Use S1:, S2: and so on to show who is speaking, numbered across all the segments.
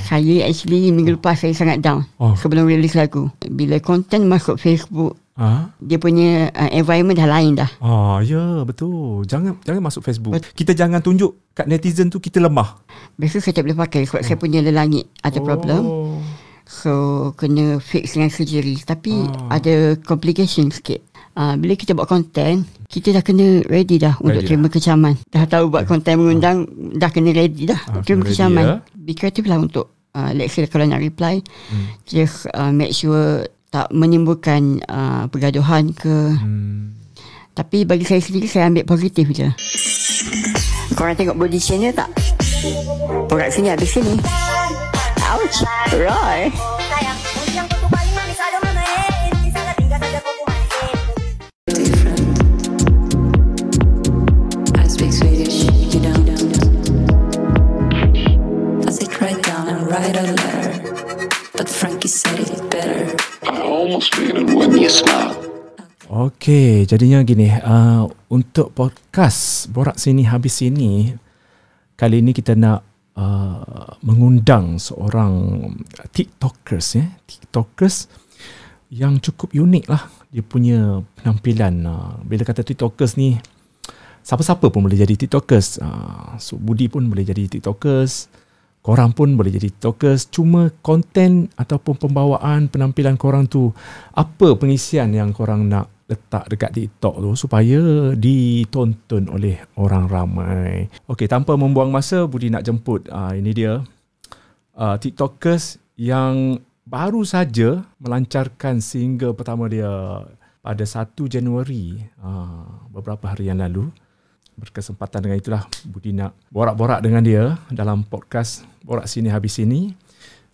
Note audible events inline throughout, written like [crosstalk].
S1: Saya actually minggu lepas saya sangat down
S2: Oh.
S1: oh. sebelum rilis lagu. Bila konten masuk Facebook,
S2: Ha?
S1: dia punya uh, environment dah lain dah.
S2: Ah, ya, betul. Jangan jangan masuk Facebook. Kita jangan tunjuk kat netizen tu kita lemah.
S1: Biasa saya tak boleh pakai sebab oh. saya punya lelangit ada oh. problem.
S2: Oh.
S1: So kena fix dengan surgery Tapi
S2: Ah.
S1: oh. ada complication sikit uh, Bila kita buat konten Kita dah kena ready dah ready Untuk
S2: Ready Ya.
S1: terima kecaman Dah tahu buat konten mengundang Dah kena ready dah
S2: Ah,
S1: uh, Terima
S2: kena ready,
S1: kecaman
S2: ya.
S1: Be creative lah untuk uh, Let's say kalau nak reply hmm. Just uh, make sure Tak menimbulkan uh, Pergaduhan ke
S2: Hmm.
S1: Tapi bagi saya sendiri Saya ambil positif je Korang tengok body chain dia tak? Orang sini ada sini Ouch Roy
S3: sayang Unti ang tutupaling mami sa lumamain Isang ating gatada ko kumain
S4: different. I speak Swedish, you don't. I sit right down and write a letter, but Frankie said it better.
S5: I almost feel it when you smile.
S2: Okey, jadinya gini. Uh, untuk podcast Borak Sini Habis Sini, kali ini kita nak uh, mengundang seorang TikTokers. Eh? TikTokers yang cukup unik lah. Dia punya penampilan. Uh, bila kata TikTokers ni, siapa-siapa pun boleh jadi TikTokers. Uh, so, Budi pun boleh jadi TikTokers. Korang pun boleh jadi TikTokers. Cuma konten ataupun pembawaan penampilan korang tu, apa pengisian yang korang nak letak dekat TikTok tu supaya ditonton oleh orang ramai. Okey, tanpa membuang masa, Budi nak jemput. Uh, ini dia uh, TikTokers yang baru saja melancarkan single pertama dia pada 1 Januari uh, beberapa hari yang lalu. Berkesempatan dengan itulah Budi nak borak-borak dengan dia dalam podcast Borak Sini Habis Sini.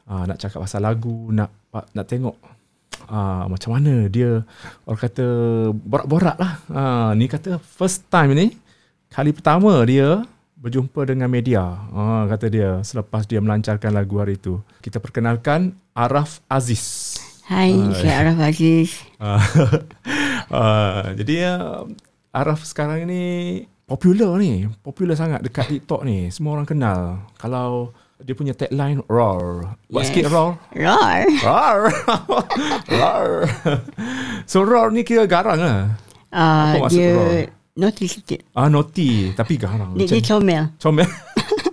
S2: Uh, nak cakap pasal lagu, nak ah, nak tengok uh, macam mana dia orang kata borak-borak lah. Uh, ni kata first time ni Kali pertama dia berjumpa dengan media, ha, kata dia selepas dia melancarkan lagu hari itu. Kita perkenalkan Araf Aziz.
S1: Hai, saya Araf Aziz.
S2: [laughs] Ah, ah, jadi uh, Araf sekarang ni popular ni, popular sangat dekat TikTok ni. Semua orang kenal. Kalau dia punya tagline roar. Buat yes.
S1: Yes.
S2: sikit roar.
S1: Roar.
S2: Roar. [laughs] roar. so roar ni kira garang lah.
S1: Uh,
S2: maksud
S1: dia
S2: roar?
S1: notice sikit.
S2: Ah naughty tapi garang.
S1: Dia,
S2: Macam-
S1: dia comel.
S2: Comel.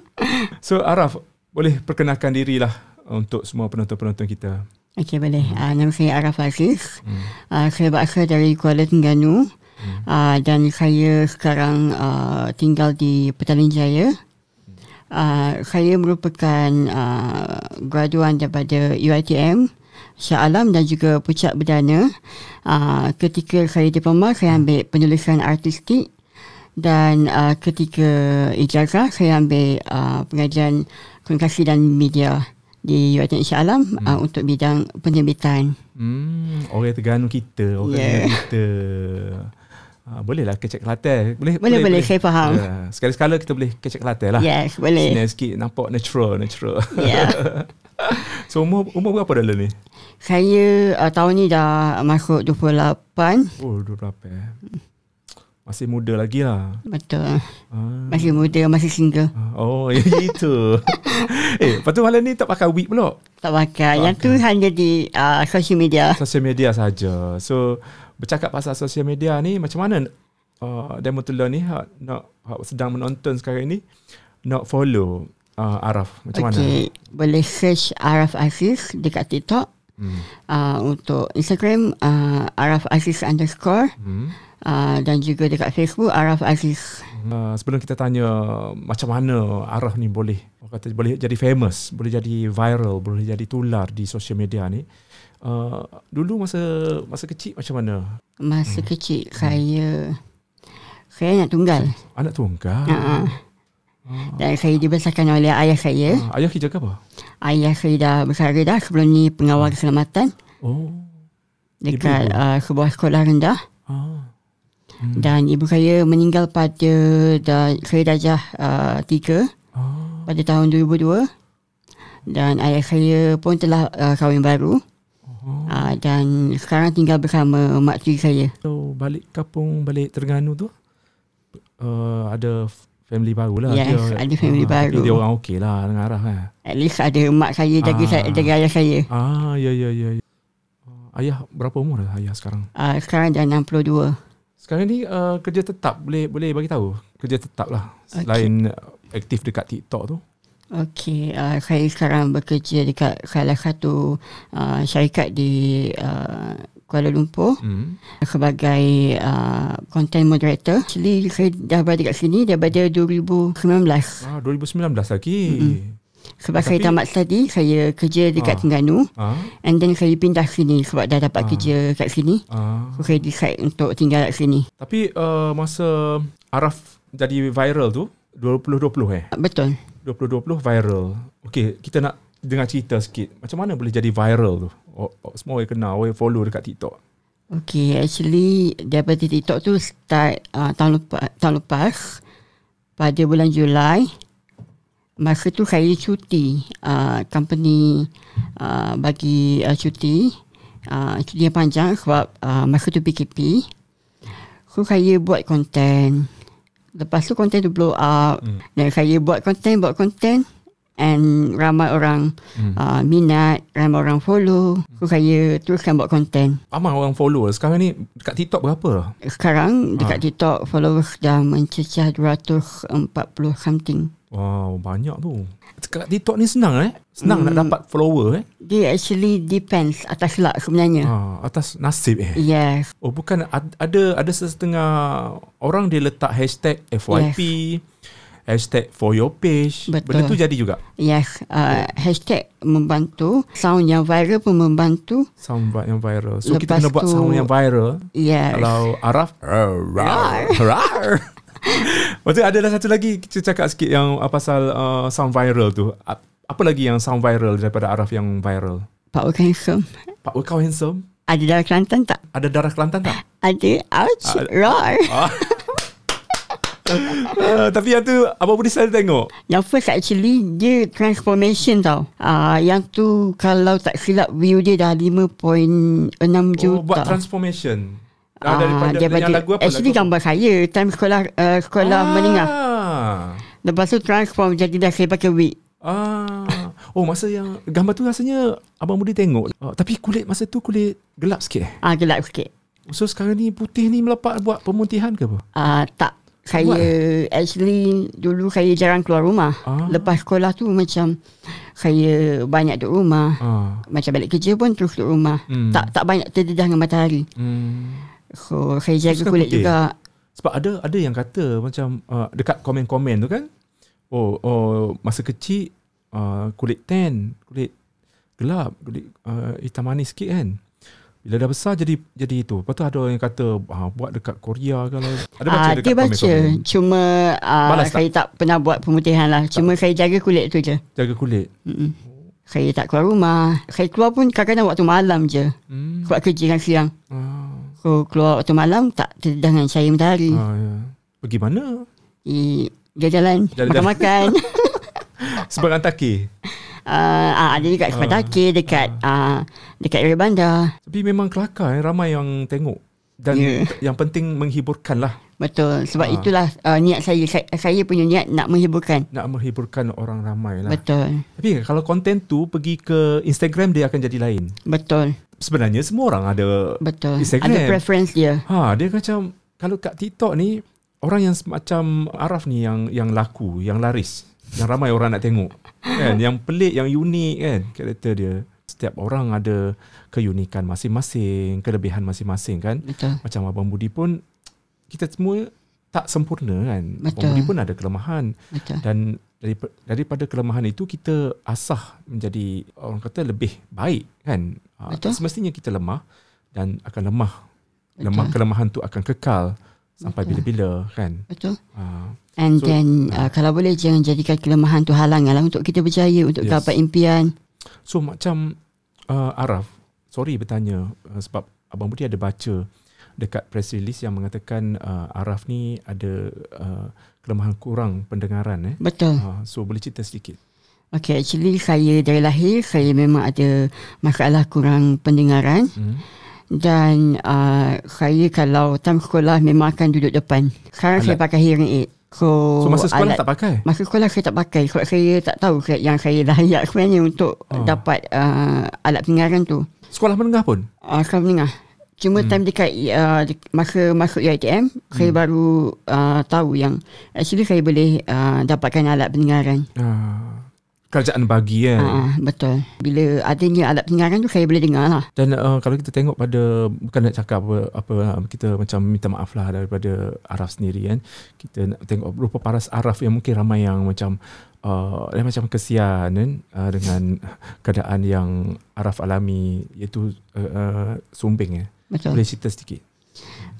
S2: [laughs] so Araf, boleh perkenalkan dirilah untuk semua penonton-penonton kita.
S1: Okey, boleh.
S2: Hmm.
S1: Uh, nama saya Araf Aziz. Uh, saya berasal dari Kuala Terengganu.
S2: Hmm.
S1: Uh, dan saya sekarang uh, tinggal di Petaling Jaya. Uh, saya merupakan uh, graduan daripada UiTM Shah Alam dan juga Pucat Berdana. Uh, ketika saya diploma, saya ambil penulisan artistik dan uh, ketika ijazah saya ambil uh, pengajian komunikasi dan media di UiTM Shah Alam hmm. uh, untuk bidang penerbitan.
S2: Hmm, orang Terengganu kita, orang yeah.
S1: Yeah.
S2: kita. Ah, bolehlah kecek Kelantan. Boleh,
S1: Boleh, boleh, saya faham.
S2: Ya, sekali-sekala kita boleh kecek Kelantan lah.
S1: Yes,
S2: Sinar
S1: boleh. Ya.
S2: sikit nampak natural, natural.
S1: Yeah.
S2: [laughs] so umur umur berapa dah ni?
S1: Saya uh, tahun ni dah masuk 28.
S2: Oh, 28 eh. Masih muda lagi lah.
S1: Betul.
S2: Ah.
S1: Masih muda, masih single.
S2: Oh, [laughs] ya
S1: [laughs]
S2: itu. eh, lepas tu malam ni tak pakai wig pula.
S1: Tak pakai. Yang tu hanya di uh, social media.
S2: sosial media saja. So bercakap pasal sosial media ni macam mana uh, Demotula ni hak nak hak sedang menonton sekarang ni nak follow uh, Araf macam
S1: Okey, boleh search Araf Aziz dekat TikTok.
S2: Hmm.
S1: Hmm. Uh, untuk Instagram uh, Araf Aziz underscore
S2: Hmm.
S1: hmm. uh, dan juga dekat Facebook Araf Aziz.
S2: mana? Uh, sebelum kita tanya macam mana Araf ni boleh orang kata boleh jadi famous, boleh jadi viral, boleh jadi tular di sosial media ni. Uh, dulu masa masa kecil macam mana?
S1: Masa hmm. Oh. kecil saya saya nak tunggal
S2: Anak tunggal.
S1: Ha-ha. dan saya dibesarkan oleh ayah saya.
S2: Uh, ayah kerja ke apa?
S1: Ayah saya dah besar dah sebelum ni pengawal keselamatan
S2: Oh.
S1: dekat
S2: Ibu-ibu.
S1: uh, sebuah sekolah rendah
S2: Ah.
S1: dan ibu saya meninggal pada da, saya darjah uh, tiga
S2: Ah.
S1: pada tahun 2002 dan ayah saya pun telah uh, kahwin baru
S2: Uh-huh.
S1: uh, dan sekarang tinggal bersama mak cik saya.
S2: So balik kampung, balik Terengganu tu uh, ada f- family baru lah.
S1: Yes, ada family
S2: ah, Tapi
S1: baru.
S2: dia orang okey lah dengan Araf kan.
S1: At least ada mak saya jaga
S2: Ah.
S1: saya, jaga ayah saya.
S2: Ah, ya, ya, ya. ya. Ah, Ayah berapa umur dah ayah sekarang?
S1: Uh, sekarang dah 62.
S2: Sekarang ni uh, kerja tetap boleh boleh bagi tahu kerja tetap lah selain uh, aktif dekat TikTok tu.
S1: Okey, uh, saya sekarang bekerja dekat salah satu uh, syarikat di uh, Kuala Lumpur
S2: Hmm.
S1: sebagai uh, content moderator. Actually, saya dah berada kat sini daripada 2019.
S2: Ah 2019 lagi.
S1: Sebab saya
S2: Tapi-
S1: tamat study, saya kerja dekat
S2: Ah.
S1: Terengganu
S2: Ah
S1: and then saya pindah sini sebab dah dapat
S2: Ah.
S1: kerja kat sini.
S2: ah
S1: So, saya decide untuk tinggal kat sini.
S2: tapi uh, masa Araf jadi viral tu 2020 eh.
S1: Betul.
S2: 2020 viral. Okey, kita nak dengar cerita sikit. Macam mana boleh jadi viral tu? Oh, oh, semua orang kenal, orang follow dekat TikTok.
S1: Okay, actually daripada TikTok tu start uh, tahun, lepa, tahun lepas pada bulan Julai. Masa tu saya cuti. Uh, company uh, bagi uh, cuti. Uh, cuti yang panjang sebab uh, masa tu PKP. So saya buat konten. Lepas tu konten tu blow up. Hmm. Dan saya buat konten, buat konten. And ramai orang hmm. uh, minat, ramai orang follow. So saya teruskan buat konten.
S2: Ramai orang follow. Sekarang ni dekat TikTok berapa?
S1: Sekarang dekat
S2: Ah.
S1: TikTok followers dah mencecah 240 something.
S2: Wow, banyak tu. Dekat TikTok ni senang eh? Senang hmm. nak dapat follower eh?
S1: Dia actually depends atas luck sebenarnya.
S2: Ah, atas nasib eh?
S1: Yes.
S2: Oh bukan ad- ada ada setengah orang dia letak hashtag FYP, hashtag for your page.
S1: Betul.
S2: Benda tu jadi juga.
S1: Yes. Uh, hashtag membantu. Sound yang viral pun membantu.
S2: Sound vi- yang viral. So kita
S1: Lepas
S2: kena buat
S1: tu-
S2: sound yang viral.
S1: Yes.
S2: Kalau Araf rar, rar, [laughs] rar. Lepas tu ada dah satu lagi kita cakap sikit yang uh, pasal uh, sound viral tu. A- Apa lagi yang sound viral daripada Araf yang viral?
S1: Pak Wu handsome.
S2: Pak Wei, kau handsome.
S1: Ada darah Kelantan tak?
S2: Ada darah Kelantan
S1: [laughs]
S2: tak?
S1: Ada. Ouch.
S2: Ah,
S1: Roar.
S2: Ah. uh, tapi yang tu Abang Budi selalu tengok
S1: Yang first actually dia transformation tau. Uh, yang tu kalau tak silap view dia dah 5.6 juta.
S2: Oh, buat transformation.
S1: Ah,
S2: Ah, daripada, daripada yang lagu apa?
S1: Actually
S2: lagu
S1: gambar saya Time sekolah uh, Sekolah ah. menengah Lepas tu transform Jadi dah saya pakai wig
S2: Ah. Oh, masa yang gambar tu rasanya Abang Budi tengok. Oh, tapi kulit masa tu kulit gelap sikit. eh?
S1: ah, Gelap sikit
S2: So sekarang ni putih ni melepak buat pemutihan ke apa?
S1: ah, Tak Saya Actually Dulu saya jarang keluar rumah
S2: Ah.
S1: Lepas sekolah tu macam Saya Banyak duduk rumah
S2: Ah.
S1: Macam balik kerja pun Terus duduk rumah
S2: Hmm.
S1: Tak tak banyak terdedah dengan matahari
S2: Hmm.
S1: So saya jaga
S2: Terus
S1: kulit
S2: putih?
S1: juga
S2: Sebab ada ada yang kata macam uh, dekat komen-komen tu kan. Oh, oh masa kecil uh, kulit tan, kulit gelap, kulit uh, hitam manis sikit kan. Bila dah besar jadi jadi itu. Lepas tu ada orang yang kata ah, buat dekat Korea kalau ada baca
S1: Ah,
S2: dekat
S1: dia baca
S2: komen-komen.
S1: Cuma ah,
S2: Balas tak?
S1: Saya tak pernah buat pemutihan lah Cuma saya jaga kulit tu je
S2: Jaga kulit.
S1: Mm-mm. Saya tak keluar rumah. Saya keluar pun kadang-kadang waktu malam je.
S2: Hmm.
S1: Sebab kerja kan siang.
S2: Ah,
S1: So, keluar waktu malam tak terdedah dengan cahaya matahari.
S2: ah, ya. Pergi mana?
S1: I, dia jalan,
S2: Jalan-jalan. [laughs]
S1: makan-makan.
S2: Sebarang taki.
S1: uh, ah, ada dekat
S2: Ah.
S1: Sebataki, dekat uh, dekat area bandar.
S2: Tapi memang kelakar eh. Ramai yang tengok. Dan
S1: Ya.
S2: yeah. yang penting menghiburkan lah.
S1: Betul. Sebab
S2: Ah.
S1: itulah uh, niat saya. saya. Saya punya niat nak menghiburkan.
S2: Nak menghiburkan orang ramai lah.
S1: Betul.
S2: Tapi kalau konten tu pergi ke Instagram dia akan jadi lain.
S1: Betul.
S2: Sebenarnya semua orang ada
S1: Betul.
S2: Instagram.
S1: Ada preference dia.
S2: ha dia macam kalau kat TikTok ni orang yang macam Araf ni yang yang laku, yang laris, yang ramai orang nak tengok. Kan yang pelik, yang unik kan karakter dia. Setiap orang ada keunikan masing-masing, kelebihan masing-masing kan.
S1: Betul.
S2: Macam Abang Budi pun kita semua tak sempurna kan. Abang
S1: Betul.
S2: Budi pun ada kelemahan
S1: Betul.
S2: dan daripada, daripada kelemahan itu kita asah menjadi orang kata lebih baik kan Ah,
S1: Betul.
S2: semestinya kita lemah dan akan lemah lemah kelemahan tu akan kekal sampai bila-bila kan
S1: Betul.
S2: Ah,
S1: And so,
S2: So- ha.
S1: then uh, kalau boleh jangan jadikan kelemahan tu halangan lah untuk kita berjaya untuk
S2: Yes.
S1: yes. gapai impian.
S2: so macam uh, Araf sorry bertanya uh, sebab abang Budi ada baca dekat press release yang mengatakan uh, Araf ni ada uh, kelemahan kurang pendengaran eh
S1: Betul.
S2: Ah, so boleh cerita sedikit
S1: Okay, actually saya dari lahir saya memang ada masalah kurang pendengaran
S2: hmm.
S1: dan uh, saya kalau time sekolah memang akan duduk depan. Sekarang saya
S2: Alat.
S1: pakai hearing aid. So,
S2: So masa sekolah
S1: alat-
S2: tak pakai?
S1: Masa sekolah saya tak pakai sebab saya tak tahu ke- yang saya [laughs] layak sebenarnya untuk
S2: Ah.
S1: oh. dapat uh, alat pendengaran tu.
S2: Sekolah menengah pun?
S1: Uh, sekolah menengah. Cuma hmm. time dekat uh, dek- masa masuk UiTM, hmm. saya baru uh, tahu yang actually saya boleh uh, dapatkan alat pendengaran.
S2: Ah, kerajaan bagi kan?
S1: Hmm. Uh, betul. Bila adanya alat pendengaran tu saya boleh dengar lah.
S2: Dan uh, kalau kita tengok pada bukan nak cakap apa, apa lah, kita macam minta maaf lah daripada Araf sendiri kan. Kita nak tengok rupa paras Araf yang mungkin ramai yang macam uh, dia macam kesian kan uh, dengan [laughs] keadaan yang Araf alami iaitu uh, uh, sumbing ya.
S1: Betul.
S2: Boleh cerita sedikit.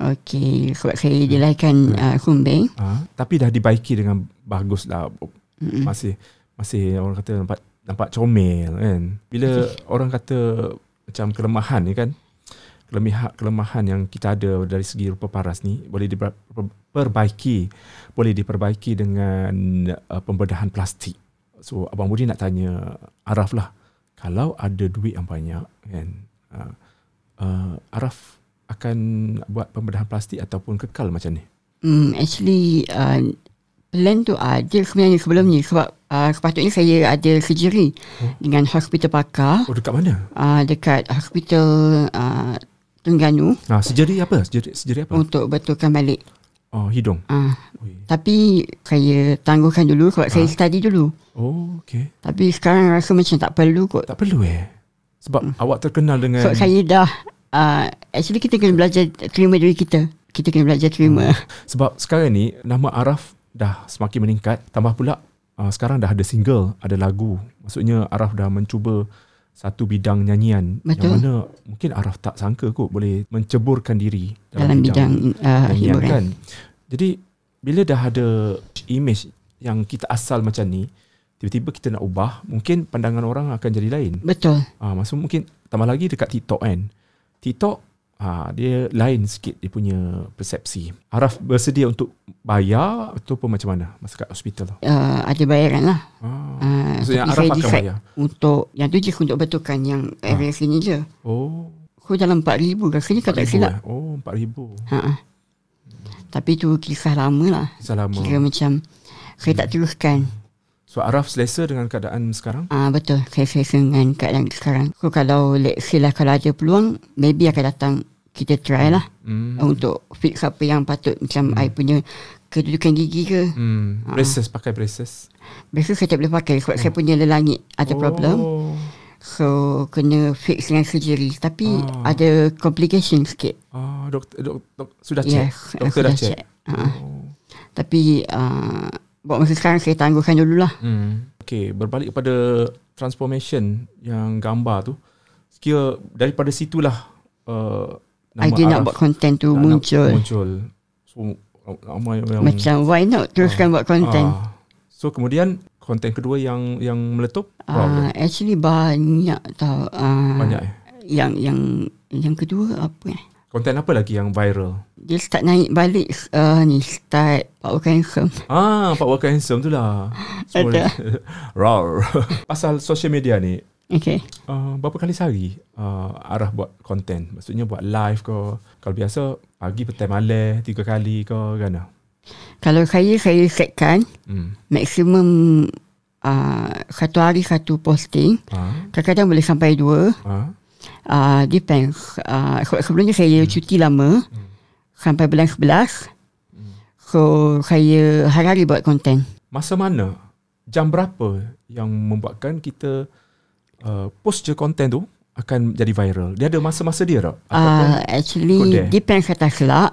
S1: Okey, sebab saya dilahirkan uh, Kumbing.
S2: Ha? Tapi dah dibaiki dengan bagus lah. Masih masih orang kata nampak nampak comel kan. Bila orang kata macam kelemahan ni kan. Kelemahan kelemahan yang kita ada dari segi rupa paras ni boleh diperbaiki. Boleh diperbaiki dengan uh, pembedahan plastik. So abang Budi nak tanya Araf lah. Kalau ada duit yang banyak kan. Uh, uh, Araf akan buat pembedahan plastik ataupun kekal macam ni?
S1: Hmm, actually uh, plan tu ada sebenarnya sebelum ni sebab uh, sepatutnya saya ada surgery dengan hospital pakar
S2: Oh dekat mana?
S1: uh, dekat hospital uh, Terengganu
S2: Ah, sejari apa? Sejari, sejari apa?
S1: untuk betulkan balik.
S2: Oh, hidung.
S1: Uh,
S2: Ui.
S1: tapi saya tangguhkan dulu sebab saya study dulu.
S2: Oh, okey.
S1: Tapi sekarang rasa macam tak perlu kot.
S2: Tak perlu eh. Sebab awak terkenal dengan
S1: Hmm. Sebab saya dah uh, actually kita kena belajar terima diri kita. Kita kena belajar terima.
S2: sebab sekarang ni nama Araf dah semakin meningkat. Tambah pula uh, sekarang dah ada single, ada lagu. Maksudnya Araf dah mencuba satu bidang nyanyian yang
S1: Betul.
S2: mana mungkin Araf tak sangka kot boleh menceburkan diri
S1: dalam bidang uh,
S2: nyanyian
S1: hiburan.
S2: kan. Jadi bila dah ada image yang kita asal macam ni, tiba-tiba kita nak ubah, mungkin pandangan orang akan jadi lain.
S1: Betul.
S2: Ah, masa mungkin tambah lagi dekat TikTok kan. TikTok ah dia lain sikit dia punya persepsi. Araf bersedia untuk bayar ataupun macam mana masa kat hospital tu?
S1: Uh, ada bayaran lah.
S2: Ah.
S1: Uh, tapi
S2: Maksudnya Araf
S1: saya
S2: akan
S1: decide
S2: bayar?
S1: Untuk yang tu je untuk betulkan yang area sini je.
S2: Oh,
S1: So dalam RM4,000 rasanya kalau tak
S2: RM4,000
S1: silap.
S2: eh. Oh,
S1: Ha.
S2: 4000.
S1: ah. Tapi tu kisah lama lah.
S2: Kisah lama.
S1: Kira macam saya tak teruskan.
S2: So Araf selesa dengan keadaan sekarang?
S1: Ah betul, saya selesa dengan keadaan sekarang. So kalau let's say lah kalau ada peluang, maybe akan datang kita try lah
S2: Hmm.
S1: untuk fix apa yang patut macam I punya kedudukan gigi ke.
S2: Hmm,
S1: Ah.
S2: braces pakai braces.
S1: Biasa saya tak boleh pakai sebab saya punya lelangit ada problem.
S2: Hmm. Oh.
S1: So kena fix dengan surgery Tapi ada complication sikit
S2: Ah, doktor, dok, dok, sudah check.
S1: Yes
S2: doktor
S1: aku
S2: dah check.
S1: Ha.
S2: Oh.
S1: Tapi uh, Buat masa sekarang saya tangguhkan dululah
S2: Hmm. Okay, berbalik kepada transformation yang gambar tu. Sekira daripada situlah uh, nama
S1: Idea nak
S2: Araf
S1: buat content tu
S2: nak- nak
S1: muncul
S2: muncul. So, ramai orang
S1: Macam why not teruskan buat content
S2: Ah. So, kemudian konten kedua yang yang meletup
S1: uh,
S2: Ah. problem.
S1: Actually banyak tau uh,
S2: Banyak eh.
S1: Yang yang yang kedua apa eh
S2: Konten apa lagi yang viral?
S1: Dia start naik balik uh, ni Start Power Cancer
S2: Ah, Pak Wakil Handsome tu lah.
S1: [laughs] Ada.
S2: [laughs] Rawr. Pasal social media ni,
S1: Okay
S2: Uh, berapa kali sehari uh, Arah buat konten? Maksudnya buat live ke? Kalau biasa pagi, petang, malam tiga kali ke kan?
S1: Kalau saya saya setkan
S2: Hmm.
S1: Maksimum uh, Satu hari satu posting
S2: Ha?
S1: Kadang-kadang boleh sampai dua
S2: Ha?
S1: uh, Depends uh, Sebab sebelum ni saya cuti lama hmm. Sampai bulan 11 So saya hari-hari buat konten
S2: Masa mana? Jam berapa yang membuatkan kita uh, post je konten tu akan jadi viral? Dia ada masa-masa dia tak? Ataupun
S1: uh, Actually
S2: kodek?
S1: depends atas lak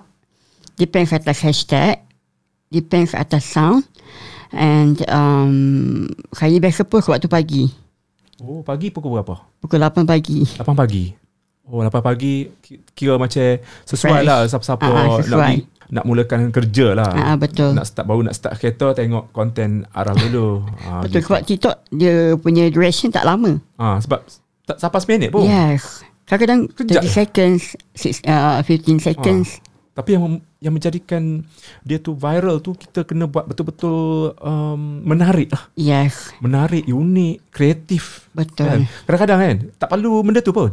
S1: Depends atas hashtag Depends atas sound And um, Saya biasa post waktu pagi
S2: oh, pagi pukul berapa?
S1: Pukul 8 pagi
S2: 8 pagi. Oh, 8 pagi ki- kira macam
S1: Fresh.
S2: sesuai lah siapa-siapa
S1: Ah, ah,
S2: nak,
S1: sesuai.
S2: pergi- nak mulakan kerja lah.
S1: Ah, ah, betul.
S2: Nak start baru nak start kereta tengok konten arah
S1: [laughs]
S2: dulu. ah,
S1: Betul sebab TikTok Dia punya duration tak lama
S2: Ah, sebab tak sampai seminit
S1: oh.
S2: pun.
S1: Yes Kadang-kadang
S2: Kejap. Ah.
S1: 30 seconds six, uh, 15 seconds
S2: Tapi yang mem- yang menjadikan dia tu viral tu kita kena buat betul-betul um, menarik lah.
S1: Yes
S2: Menarik, unik, kreatif.
S1: Betul.
S2: Kan? Kadang-kadang kan tak perlu benda tu pun.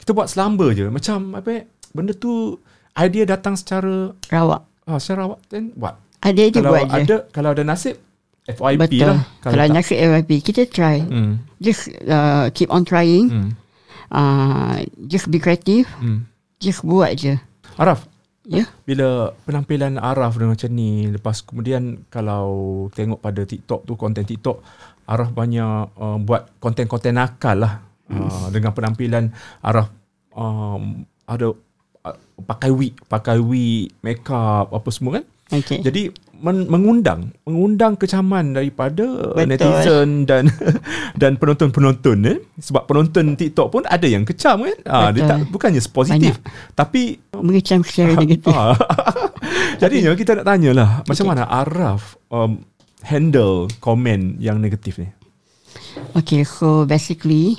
S2: Kita buat selamba je. Macam apa eh, benda tu idea datang secara
S1: Rawak
S2: ah, secara awak then buat.
S1: Ada je
S2: kalau
S1: buat je.
S2: ada kalau ada nasib FYP
S1: Betul.
S2: lah.
S1: Kalau, kalau
S2: tak-
S1: nasib AYP, kita try. Mm.
S2: Hmm.
S1: Just uh, keep on trying.
S2: Hmm.
S1: Uh, just be creative.
S2: Hmm.
S1: Just buat je.
S2: Araf, [laughs]
S1: Ya. Yeah?
S2: bila penampilan Araf dia macam ni, lepas kemudian kalau tengok pada TikTok tu, konten TikTok, Araf banyak uh, buat konten-konten nakal lah.
S1: Hmm.
S2: Uh, dengan penampilan Araf um, ada uh, pakai wig, pakai wig, makeup, apa semua kan.
S1: Okay.
S2: Jadi men- mengundang mengundang kecaman daripada
S1: Betul.
S2: Betul. netizen dan [laughs] dan penonton-penonton eh sebab penonton TikTok pun ada yang kecam kan. Ah dia
S1: Betul.
S2: tak bukannya positif tapi
S1: Mengecam
S2: [laughs]
S1: secara negatif.
S2: ah, jadinya kita nak tanyalah macam mana Araf um, handle komen yang negatif ni.
S1: Okay, so basically,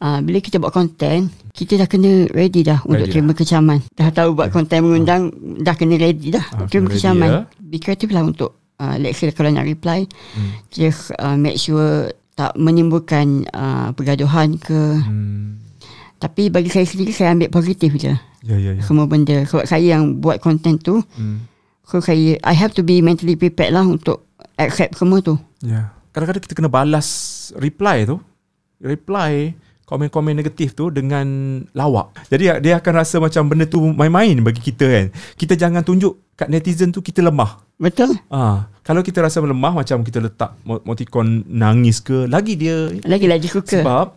S1: uh, bila kita buat konten, kita dah kena ready dah ready untuk
S2: Ready
S1: terima kecaman. Dah tahu buat konten mengundang, dah kena ready dah
S2: Ah,
S1: untuk terima
S2: kena ready,
S1: kecaman.
S2: ya.
S1: Be creative lah untuk, uh, let's say kalau nak reply,
S2: Hmm.
S1: just uh, make sure tak menimbulkan uh, pergaduhan ke.
S2: Hmm.
S1: Tapi bagi saya sendiri, saya ambil positif je
S2: Ya ya ya.
S1: semua benda. Sebab saya yang buat konten tu,
S2: Hmm.
S1: so saya, I have to be mentally prepared lah untuk accept semua tu.
S2: Ya. Kadang-kadang kita kena balas reply tu. Reply komen-komen negatif tu dengan lawak. Jadi dia akan rasa macam benda tu main-main bagi kita kan. Kita jangan tunjuk kat netizen tu kita lemah.
S1: Betul?
S2: Ah, kalau kita rasa lemah macam kita letak mo- moticon nangis ke, lagi dia
S1: Lagi-lagi suka.
S2: sebab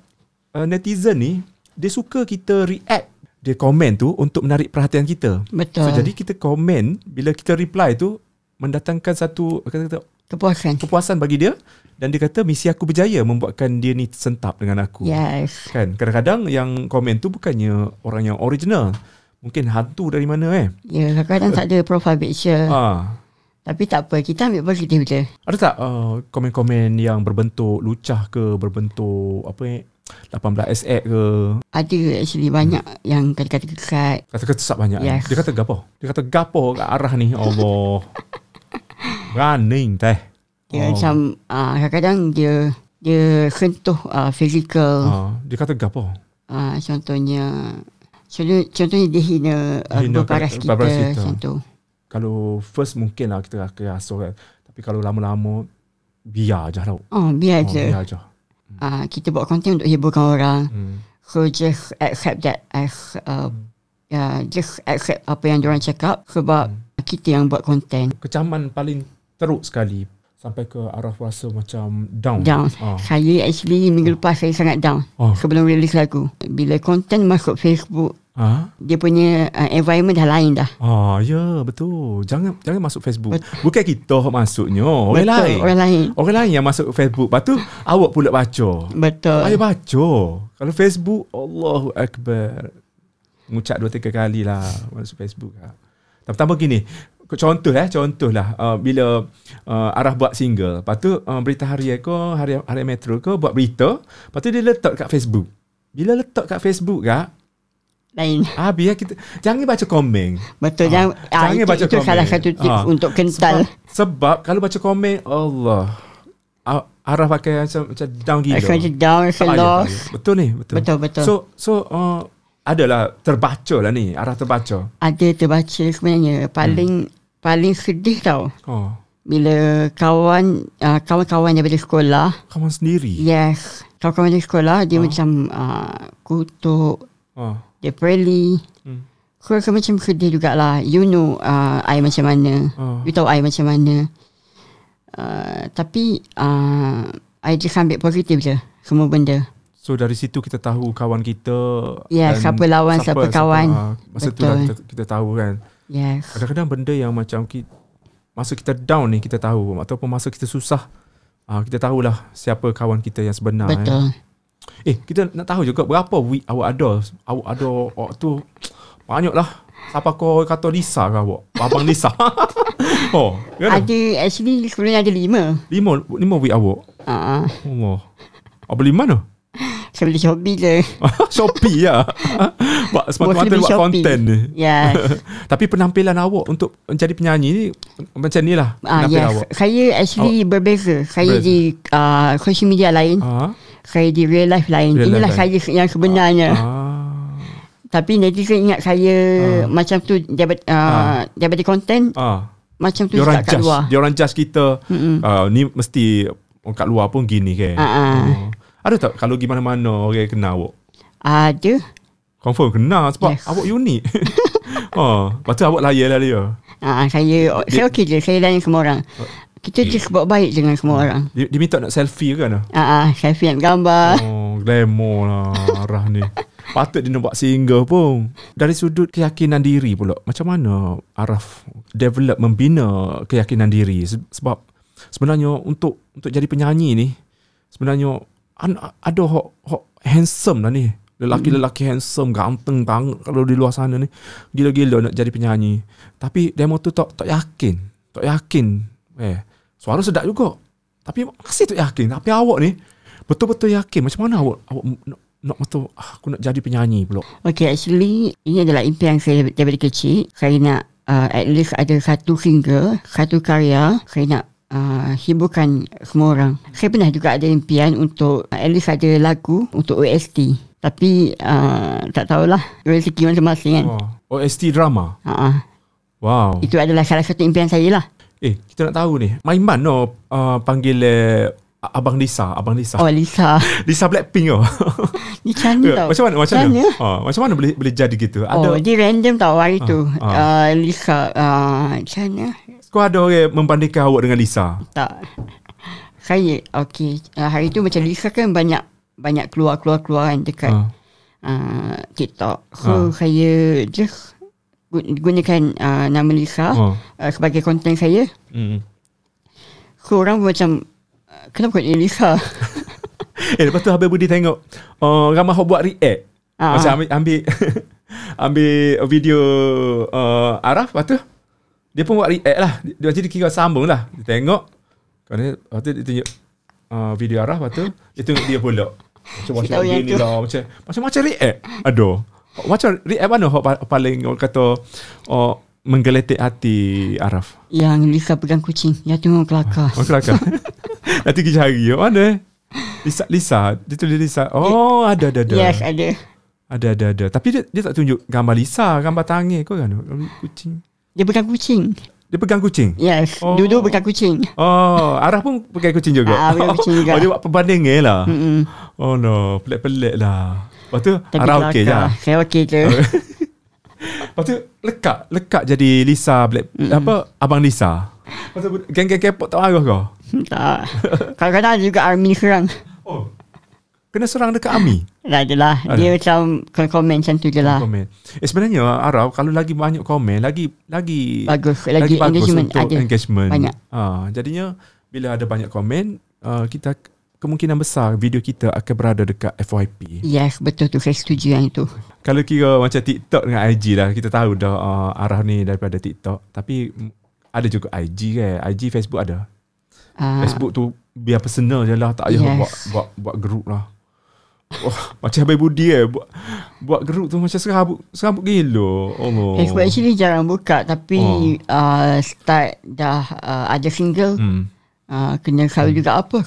S2: uh, netizen ni dia suka kita react dia komen tu untuk menarik perhatian kita.
S1: Betul.
S2: So jadi kita komen bila kita reply tu mendatangkan satu kata-kata
S1: Kepuasan.
S2: kepuasan bagi dia dan dia kata misi aku berjaya membuatkan dia ni sentap dengan aku.
S1: Ya. Yes.
S2: Kan? Kadang-kadang yang komen tu bukannya orang yang original. Mungkin hantu dari mana eh.
S1: Ya, kadang-kadang tak ada profile picture.
S2: Ha.
S1: Tapi tak apa, kita ambil positif je.
S2: Ada tak uh, komen-komen yang berbentuk lucah ke, berbentuk apa eh 18SX ke?
S1: Ada actually banyak
S2: Hmm.
S1: yang kata-kata kekat.
S2: Kata-kata sesat banyak. eh.
S1: Yes.
S2: Dia kata gapo? Dia kata gapo kat arah ni. Allah. Running teh.
S1: Dia oh. macam uh, kadang-kadang dia dia sentuh uh, physical. Oh.
S2: Ah, dia kata gapo? Ah.
S1: Uh, contohnya contoh- contohnya dia hina uh,
S2: Hina
S1: kedua paras
S2: kedua
S1: kita,
S2: paras kita.
S1: macam tu.
S2: kalau first mungkin lah kita akan asuh kan. Tapi kalau lama-lama, biar je tau.
S1: Oh,
S2: Oh,
S1: biar oh, je.
S2: biar je.
S1: Uh, kita buat konten untuk hiburkan orang.
S2: Hmm.
S1: So just accept that as uh, uh, just accept apa yang diorang cakap sebab
S2: Hmm.
S1: kita yang buat konten.
S2: Kecaman paling teruk sekali sampai ke arah rasa macam down.
S1: down.
S2: Ah.
S1: Saya actually minggu lepas saya sangat down
S2: Oh.
S1: sebelum rilis lagu. Bila konten masuk Facebook,
S2: Ah.
S1: dia punya uh, environment dah lain dah.
S2: Ah, ya betul. Jangan jangan masuk Facebook. Bukan kita masuknya, orang
S1: Betul,
S2: lain.
S1: orang lain.
S2: Orang lain yang masuk Facebook. Lepas tu awak pula baca.
S1: Betul.
S2: Saya baca. Kalau Facebook, Allahu akbar. Ngucap dua tiga kali lah masuk Facebook. lah. Pertama gini, contoh eh, contoh lah uh, bila uh, Arah buat single, lepas tu uh, berita harian ke, hari hari metro ke buat berita, lepas tu dia letak kat Facebook. Bila letak kat Facebook kak,
S1: Lain.
S2: habis lah kita jangan baca komen.
S1: Betul.
S2: Ah,
S1: Jangan, ah,
S2: jangan
S1: itu,
S2: baca
S1: itu
S2: komen.
S1: salah satu tips
S2: Ah,
S1: untuk kental.
S2: Sebab, sebab kalau baca komen Allah A- Arah pakai macam macam down gila.
S1: Rasa macam down, rasa
S2: Tak payah, tak
S1: lost.
S2: payah. Betul ni, betul.
S1: Betul, betul.
S2: So so uh, adalah terbaca lah ni, arah terbaca.
S1: Ada terbaca sebenarnya. Paling
S2: Hmm.
S1: paling sedih tau.
S2: Oh,
S1: Bila kawan uh, kawan-kawan daripada sekolah,
S2: kawan
S1: Ya.
S2: sendiri.
S1: yes, kawan-kawan dari sekolah
S2: Ah.
S1: dia macam uh, kutuk,
S2: Oh.
S1: dia perli.
S2: Hmm.
S1: So rasa macam sedih jugalah. You know uh, I macam mana.
S2: Ah.
S1: You tahu I macam mana. Uh, tapi uh, I just ambil positif je semua benda.
S2: So dari situ kita tahu kawan kita
S1: Ya,
S2: dan
S1: siapa lawan, siapa kawan.
S2: ah, masa tu dah
S1: Betul.
S2: kita, kita tahu kan.
S1: Yes.
S2: Kadang-kadang benda yang macam kita, masa kita down ni kita tahu ataupun masa kita susah ah, kita tahulah siapa kawan kita yang sebenar eh.
S1: Betul.
S2: Eh, kita nak tahu juga berapa week awak ada. Awak ada waktu banyak lah. Siapa kau kata Lisa ke awak? Abang Lisa. [laughs] oh, kan?
S1: Ada actually sebenarnya ada lima.
S2: Lima, lima week awak.
S1: Uh,
S2: Allah. Awak beli mana? [laughs]
S1: saya beli Shopee je.
S2: Shopee ya. [laughs] buat semata-mata
S1: Mostly
S2: buat
S1: Shopee.
S2: konten ni. [laughs]
S1: Yes.
S2: Tapi penampilan awak untuk menjadi penyanyi ni macam ni lah.
S1: Ah
S2: penampilan
S1: yes.
S2: awak.
S1: Saya actually berbeza. Saya
S2: Oh. Berbeza.
S1: di uh, social media lain.
S2: Ah,
S1: Saya di real life lain.
S2: Real
S1: Inilah
S2: life lain.
S1: saya yang sebenarnya.
S2: ah,
S1: Tapi netizen ingat saya macam tu daripada, uh, daripada ah, konten
S2: ah.
S1: Macam tu
S2: Diorang
S1: juga kat
S2: judge
S1: luar.
S2: Diorang jujudge kita uh, Ni mesti Orang kat luar pun gini ke
S1: Ah, ah.
S2: Oh. Ada tak Kalau pergi mana-mana Orang kenal awak
S1: Ada.
S2: Confirm kenal Sebab
S1: Yes.
S2: awak
S1: [laughs]
S2: unik oh, Lepas tu awak layan lah dia
S1: Ah, saya saya okey je. Saya layan semua orang. Kita just buat baik dengan semua orang.
S2: Dia, dia minta nak selfie ke kan
S1: Ah, ah, saya film gambar.
S2: Oh, glamour lah arah ni. Patut dia nak buat single pun. Dari sudut keyakinan diri pula, macam mana Araf develop membina keyakinan diri? Se- Sebab sebenarnya untuk untuk jadi penyanyi ni, sebenarnya an, ada hok, hok handsome lah ni. Lelaki-lelaki handsome, ganteng banget kalau di luar sana ni. Gila-gila nak jadi penyanyi. Tapi demo tu tak, tak yakin. Tak yakin. Eh, suara sedap juga. Tapi masih tak yakin. Tapi awak ni, Betul-betul yakin Macam mana awak Awak nak, nak betul ah, Aku nak jadi penyanyi pula
S1: Okay, actually ini adalah impian saya daripada kecil. Saya nak uh, at least ada satu single, satu karya. Saya nak uh, hiburkan semua orang. Saya pernah juga ada impian untuk uh, at least ada lagu untuk OST. Tapi uh, tak tahulah rezeki masing-masing kan.
S2: Wah. OST drama
S1: Oh. Uh-uh.
S2: Wow
S1: Itu adalah salah satu impian saya lah.
S2: Eh kita nak tahu ni Maiman no uh, Panggil eh, Abang Lisa Abang Lisa
S1: Oh Lisa,
S2: Lisa Blackpink oh. [laughs]
S1: ni channel tau.
S2: Ya, macam mana macam mana? Ah, macam mana boleh boleh jadi gitu?
S1: Oh,
S2: Ada oh,
S1: dia random tau hari tu.
S2: ah.
S1: Uh, Lisa, uh, macam mana?
S2: kau ada orang membandingkan awak dengan Lisa.
S1: Tak. Saya okey. Uh, hari tu macam Lisa kan banyak banyak keluar-keluar keluar kan dekat
S2: Ah.
S1: uh. Uh, TikTok. So uh. saya just gu- gunakan uh, nama Lisa
S2: Ah.
S1: uh. Uh, sebagai konten saya.
S2: Hmm.
S1: So orang pun macam uh, kenapa kau ni Lisa? [laughs]
S2: Eh lepas tu habis Budi tengok uh, ramai hok buat react.
S1: Ah.
S2: Macam ambil ambil [laughs] ambil video uh, Araf lepas tu dia pun buat react lah. Dia dia macam dia kira sambung lah. Dia tengok kau ni lepas tu dia tunjuk uh, video Araf lepas tu dia tengok dia pula. Macam
S1: Saya
S2: macam
S1: tahu yang
S2: gini
S1: tu.
S2: lah macam macam macam react. Aduh. Macam react mana hok pa- paling orang kata uh, menggeletik hati Araf.
S1: Yang Lisa pegang kucing. Yang tengok kelakar.
S2: Ah, Orang
S1: [laughs]
S2: kelakar Nanti kita cari Yang mana Lisa, Lisa Dia tulis Lisa Oh ada ada ada
S1: Yes, ada.
S2: Ada ada ada Tapi dia, dia tak tunjuk Gambar Lisa Gambar tangan kau kan Gambar Kucing
S1: Dia pegang kucing.
S2: Dia pegang kucing
S1: Yes,
S2: Oh.
S1: oh. dulu pegang kucing.
S2: Oh Arah pun pegang kucing juga
S1: Ah, pegang kucing juga.
S2: Oh dia buat perbandingan lah
S1: Mm-mm.
S2: Oh no Pelik-pelik lah Lepas tu
S1: Tapi
S2: Arah okey je lah.
S1: kelakar. Saya okey
S2: [laughs]
S1: je.
S2: Lepas tu Lekat Lekat jadi Lisa Black, Apa Abang Lisa Lepas tu Geng-geng kepok tak marah kau
S1: tak. Kadang-kadang ada juga Army serang.
S2: Oh Kena serang dekat Ami
S1: Tak adalah. Dia macam kalau komen macam tu je lah.
S2: komen. Eh sebenarnya Arab kalau lagi banyak komen lagi lagi
S1: Bagus. Lagi engagement
S2: untuk
S1: ada.
S2: engagement.
S1: Banyak.
S2: Ha, jadinya bila ada banyak komen uh, kita kemungkinan besar video kita akan berada dekat FYP.
S1: Yes, betul tu. Saya setuju yang itu.
S2: Kalau kira macam TikTok dengan IG lah kita tahu dah uh, arah ni daripada TikTok tapi mm, ada juga IG kan. IG Facebook ada.
S1: Uh,
S2: Facebook tu biar personal je lah tak payah
S1: Yes.
S2: buat buat buat group lah. Wah, [laughs] macam Habib Budi eh buat buat group tu macam serabut serabut gila. Allah.
S1: Facebook actually jarang buka tapi
S2: Oh.
S1: uh, start dah uh, ada single
S2: Hmm.
S1: uh, kena selalu juga apa.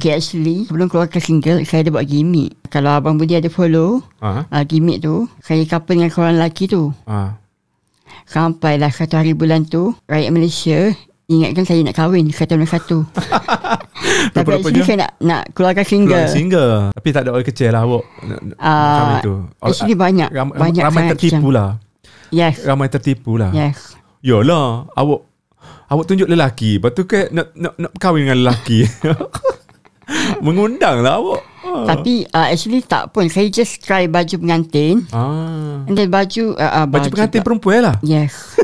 S1: Okay actually sebelum keluarkan single saya ada buat gimmick. Kalau Abang Budi ada follow
S2: Ah.
S1: uh, gimmick tu saya couple dengan korang lelaki tu.
S2: Ah.
S1: Sampailah satu hari bulan tu Rakyat Malaysia Ingatkan saya nak kahwin Satu demi satu Tapi actually
S2: Rupa-rupanya-
S1: saya nak Nak keluarkan
S2: Keluar
S1: single,
S2: single. Tapi tak ada orang kecil lah awak. nak- nak
S1: Ah,
S2: macam itu. Orang-
S1: actually banyak,
S2: Ram,
S1: banyak
S2: Oh, ramai
S1: sangat
S2: tertipu
S1: macam- Ya.
S2: lah.
S1: Yes
S2: Ramai tertipu lah.
S1: Yes
S2: Yolah, awak awak tunjuk lelaki. Lepas tu kan nak, nak, nak kahwin dengan lelaki. [laughs] Mengundang lah awak. Ah.
S1: Tapi uh, actually tak pun Saya just try baju pengantin
S2: ah.
S1: And then baju uh, uh,
S2: Baju pengantin
S1: tak-
S2: perempuan lah.
S1: Yes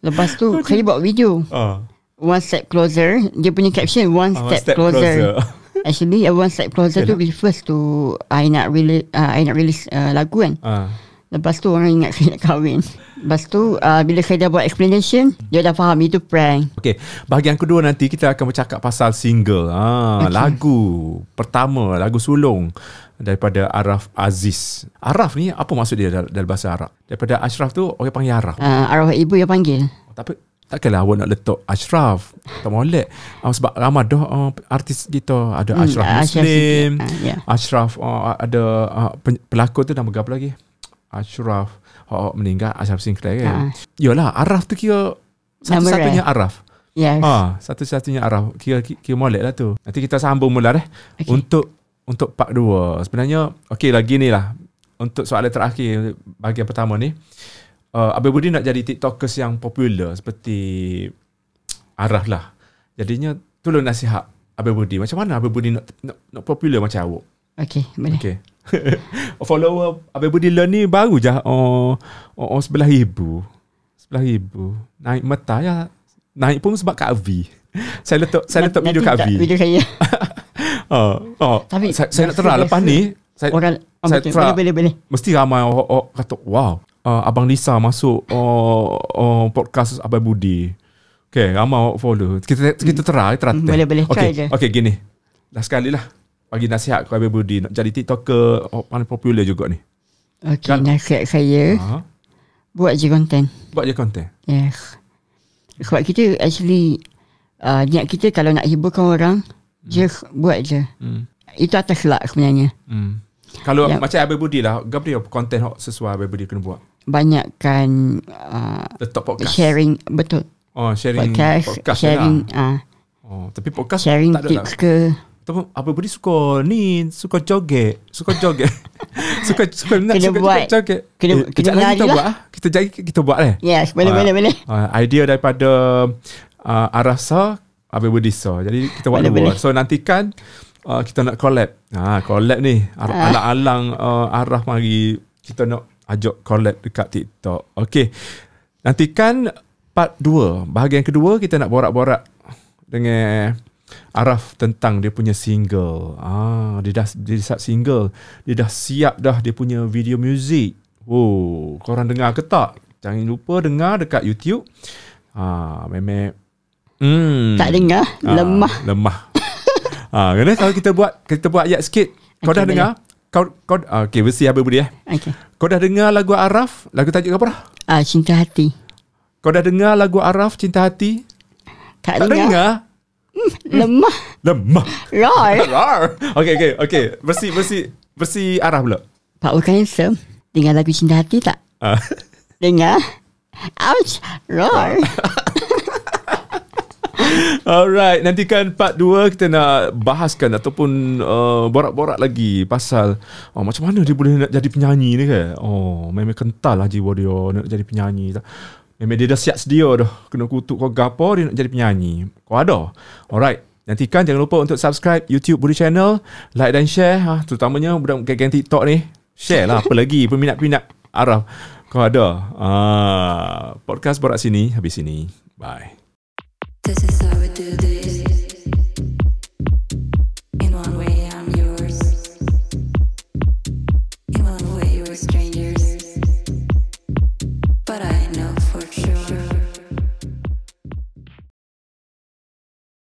S1: Lepas tu Saya buat video
S2: Ah.
S1: One step closer Dia punya caption One
S2: Ah,
S1: step, closer. Actually uh, One step closer tu
S2: Yalah.
S1: Refers to I nak release uh, I nak release uh, lagu kan
S2: ah.
S1: Lepas tu orang ingat saya nak kahwin. Lepas tu uh, bila saya dah buat explanation, dia dah faham itu prank.
S2: Okey, bahagian kedua nanti kita akan bercakap pasal single. Ha, okay. lagu pertama, lagu sulung daripada Araf Aziz. Araf ni apa maksud dia dal- dalam bahasa Arab? Daripada Ashraf tu orang panggil Araf.
S1: Uh, arwah ibu yang panggil.
S2: Tapi takkanlah awak nak letak Ashraf. Tak molek. Uh, sebab ramai dah uh, artis kita ada
S1: Hmm,
S2: Ashraf
S1: Ashraf
S2: Muslim.
S1: sikit. Ah, ya.
S2: Ashraf uh, ada uh, pen- pelakon tu nama apa lagi? Ashraf. Oh, meninggal Ashraf Sinclair kan.
S1: Ah. eh?
S2: Yalah, Araf tu kira Satu-satunya araf.
S1: Yes. Ah.
S2: Ah, satu-satunya arah kira kira molek lah tu. Nanti kita sambung mula deh.
S1: Okey.
S2: Okay. Untuk untuk part 2. Sebenarnya okey lagi ni lah. Untuk soalan terakhir bahagian pertama ni. Uh, Abang Budi nak jadi TikTokers yang popular seperti Arah lah. Jadinya tolong nasihat Abang Budi. Macam mana Abang Budi nak, nak, nak popular macam awak?
S1: Okey, boleh. Okay.
S2: Okay. [laughs] Follower Abang Budi Lon ni baru je oh, oh, oh sebelah ribu. Sebelah ribu. Naik mata ya. Naik pun sebab Kak V. [laughs] saya letak saya letak video Kak V.
S1: Video saya.
S2: Oh, oh.
S1: Tapi
S2: saya, saya nak terang
S1: biasa-
S2: lepas ni saya,
S1: [laughs] Orang oh,
S2: saya
S1: betul.
S2: try.
S1: Boleh, boleh, boleh.
S2: mesti ramai orang, orang kata wow. Uh, Abang Lisa masuk oh, oh, podcast Abang Budi. Okay, ramai orang follow. Kita kita try, try.
S1: Mm, boleh, boleh. Try
S2: Okay,
S1: je.
S2: okay gini. Dah sekali lah. Bagi nasihat ke Abang Budi. Nak jadi TikToker, oh, paling popular juga ni.
S1: Okey,
S2: Kan-
S1: nasihat saya
S2: Ha?
S1: buat je konten.
S2: Buat je konten.
S1: Yes. Sebab kita actually uh, niat kita kalau nak hiburkan orang just buat je.
S2: Hmm.
S1: Itu atas selak sebenarnya.
S2: Hmm. Kalau
S1: Ya.
S2: yep. macam Abang Budi lah, Gabriel konten hok sesuai Abang Budi kena buat.
S1: Banyakkan uh,
S2: Tetap podcast.
S1: sharing betul
S2: Oh, sharing
S1: podcast, podcast sharing
S2: Lah.
S1: ah
S2: Oh, tapi podcast
S1: sharing
S2: tak ada
S1: tips
S2: lah.
S1: ke
S2: Tapi Abang Budi suka ni, suka joget, suka joget.
S1: [laughs]
S2: suka suka nak
S1: Kena
S2: suka
S1: buat.
S2: joget.
S1: Kena-
S2: eh, kejap
S1: kena
S2: lagi kita
S1: lari lah.
S2: buat. ah. Kita jadi kita buat eh.
S1: yes boleh
S2: Ah,
S1: boleh boleh
S2: Uh, idea daripada uh, Arasa Abang Budi so. Jadi kita buat
S1: Boleh,
S2: dua.
S1: boleh.
S2: So nantikan uh, kita nak collab. Ha collab ni Ar-
S1: Ah.
S2: alang-alang uh, arah mari kita nak ajak collab dekat TikTok. Okey. Nantikan part 2. Bahagian kedua kita nak borak-borak dengan Araf tentang dia punya single. Ah, dia dah dia siap single. Dia dah siap dah dia punya video music. Oh, korang dengar ke tak? Jangan lupa dengar dekat YouTube. Ah, memek. Hmm.
S1: tak dengar
S2: Ah,
S1: lemah
S2: Lemah. [laughs] ah, kena kalau kita buat kita buat ayat sikit.
S1: Okey,
S2: Kau dah
S1: boleh.
S2: dengar? Kau kau ah, okey bersih habis budi eh.
S1: okey
S2: Kau dah dengar lagu Araf? Lagu tajuk apa dah?
S1: ah cinta hati
S2: Kau dah dengar lagu Araf Cinta Hati?
S1: tak,
S2: Tak
S1: dengar.
S2: dengar?
S1: lemah
S2: Lemah.
S1: roy
S2: Rar. Okey okey okey. Bersih bersih bersih Araf pula.
S1: Pak Wu handsome dengar lagu cinta hati tak
S2: Ah.
S1: dengar ouch roy
S2: Alright, nantikan part 2 kita nak bahaskan ataupun uh, borak-borak lagi pasal oh, macam mana dia boleh nak jadi penyanyi ni kan. Oh, memang kental lah jiwa dia nak jadi penyanyi. Memang dia dah siap sedia dah. Kena kutuk kau gapo dia nak jadi penyanyi. Kau ada. Alright. Nantikan jangan lupa untuk subscribe YouTube Budi Channel, like dan share ha, terutamanya budak geng-geng TikTok ni. Share lah apa lagi peminat-peminat Araf. Kau ada. Ah, podcast borak sini habis sini. Bye.
S4: This is how we do this. In one way, I'm yours. In one way, we're strangers. But I know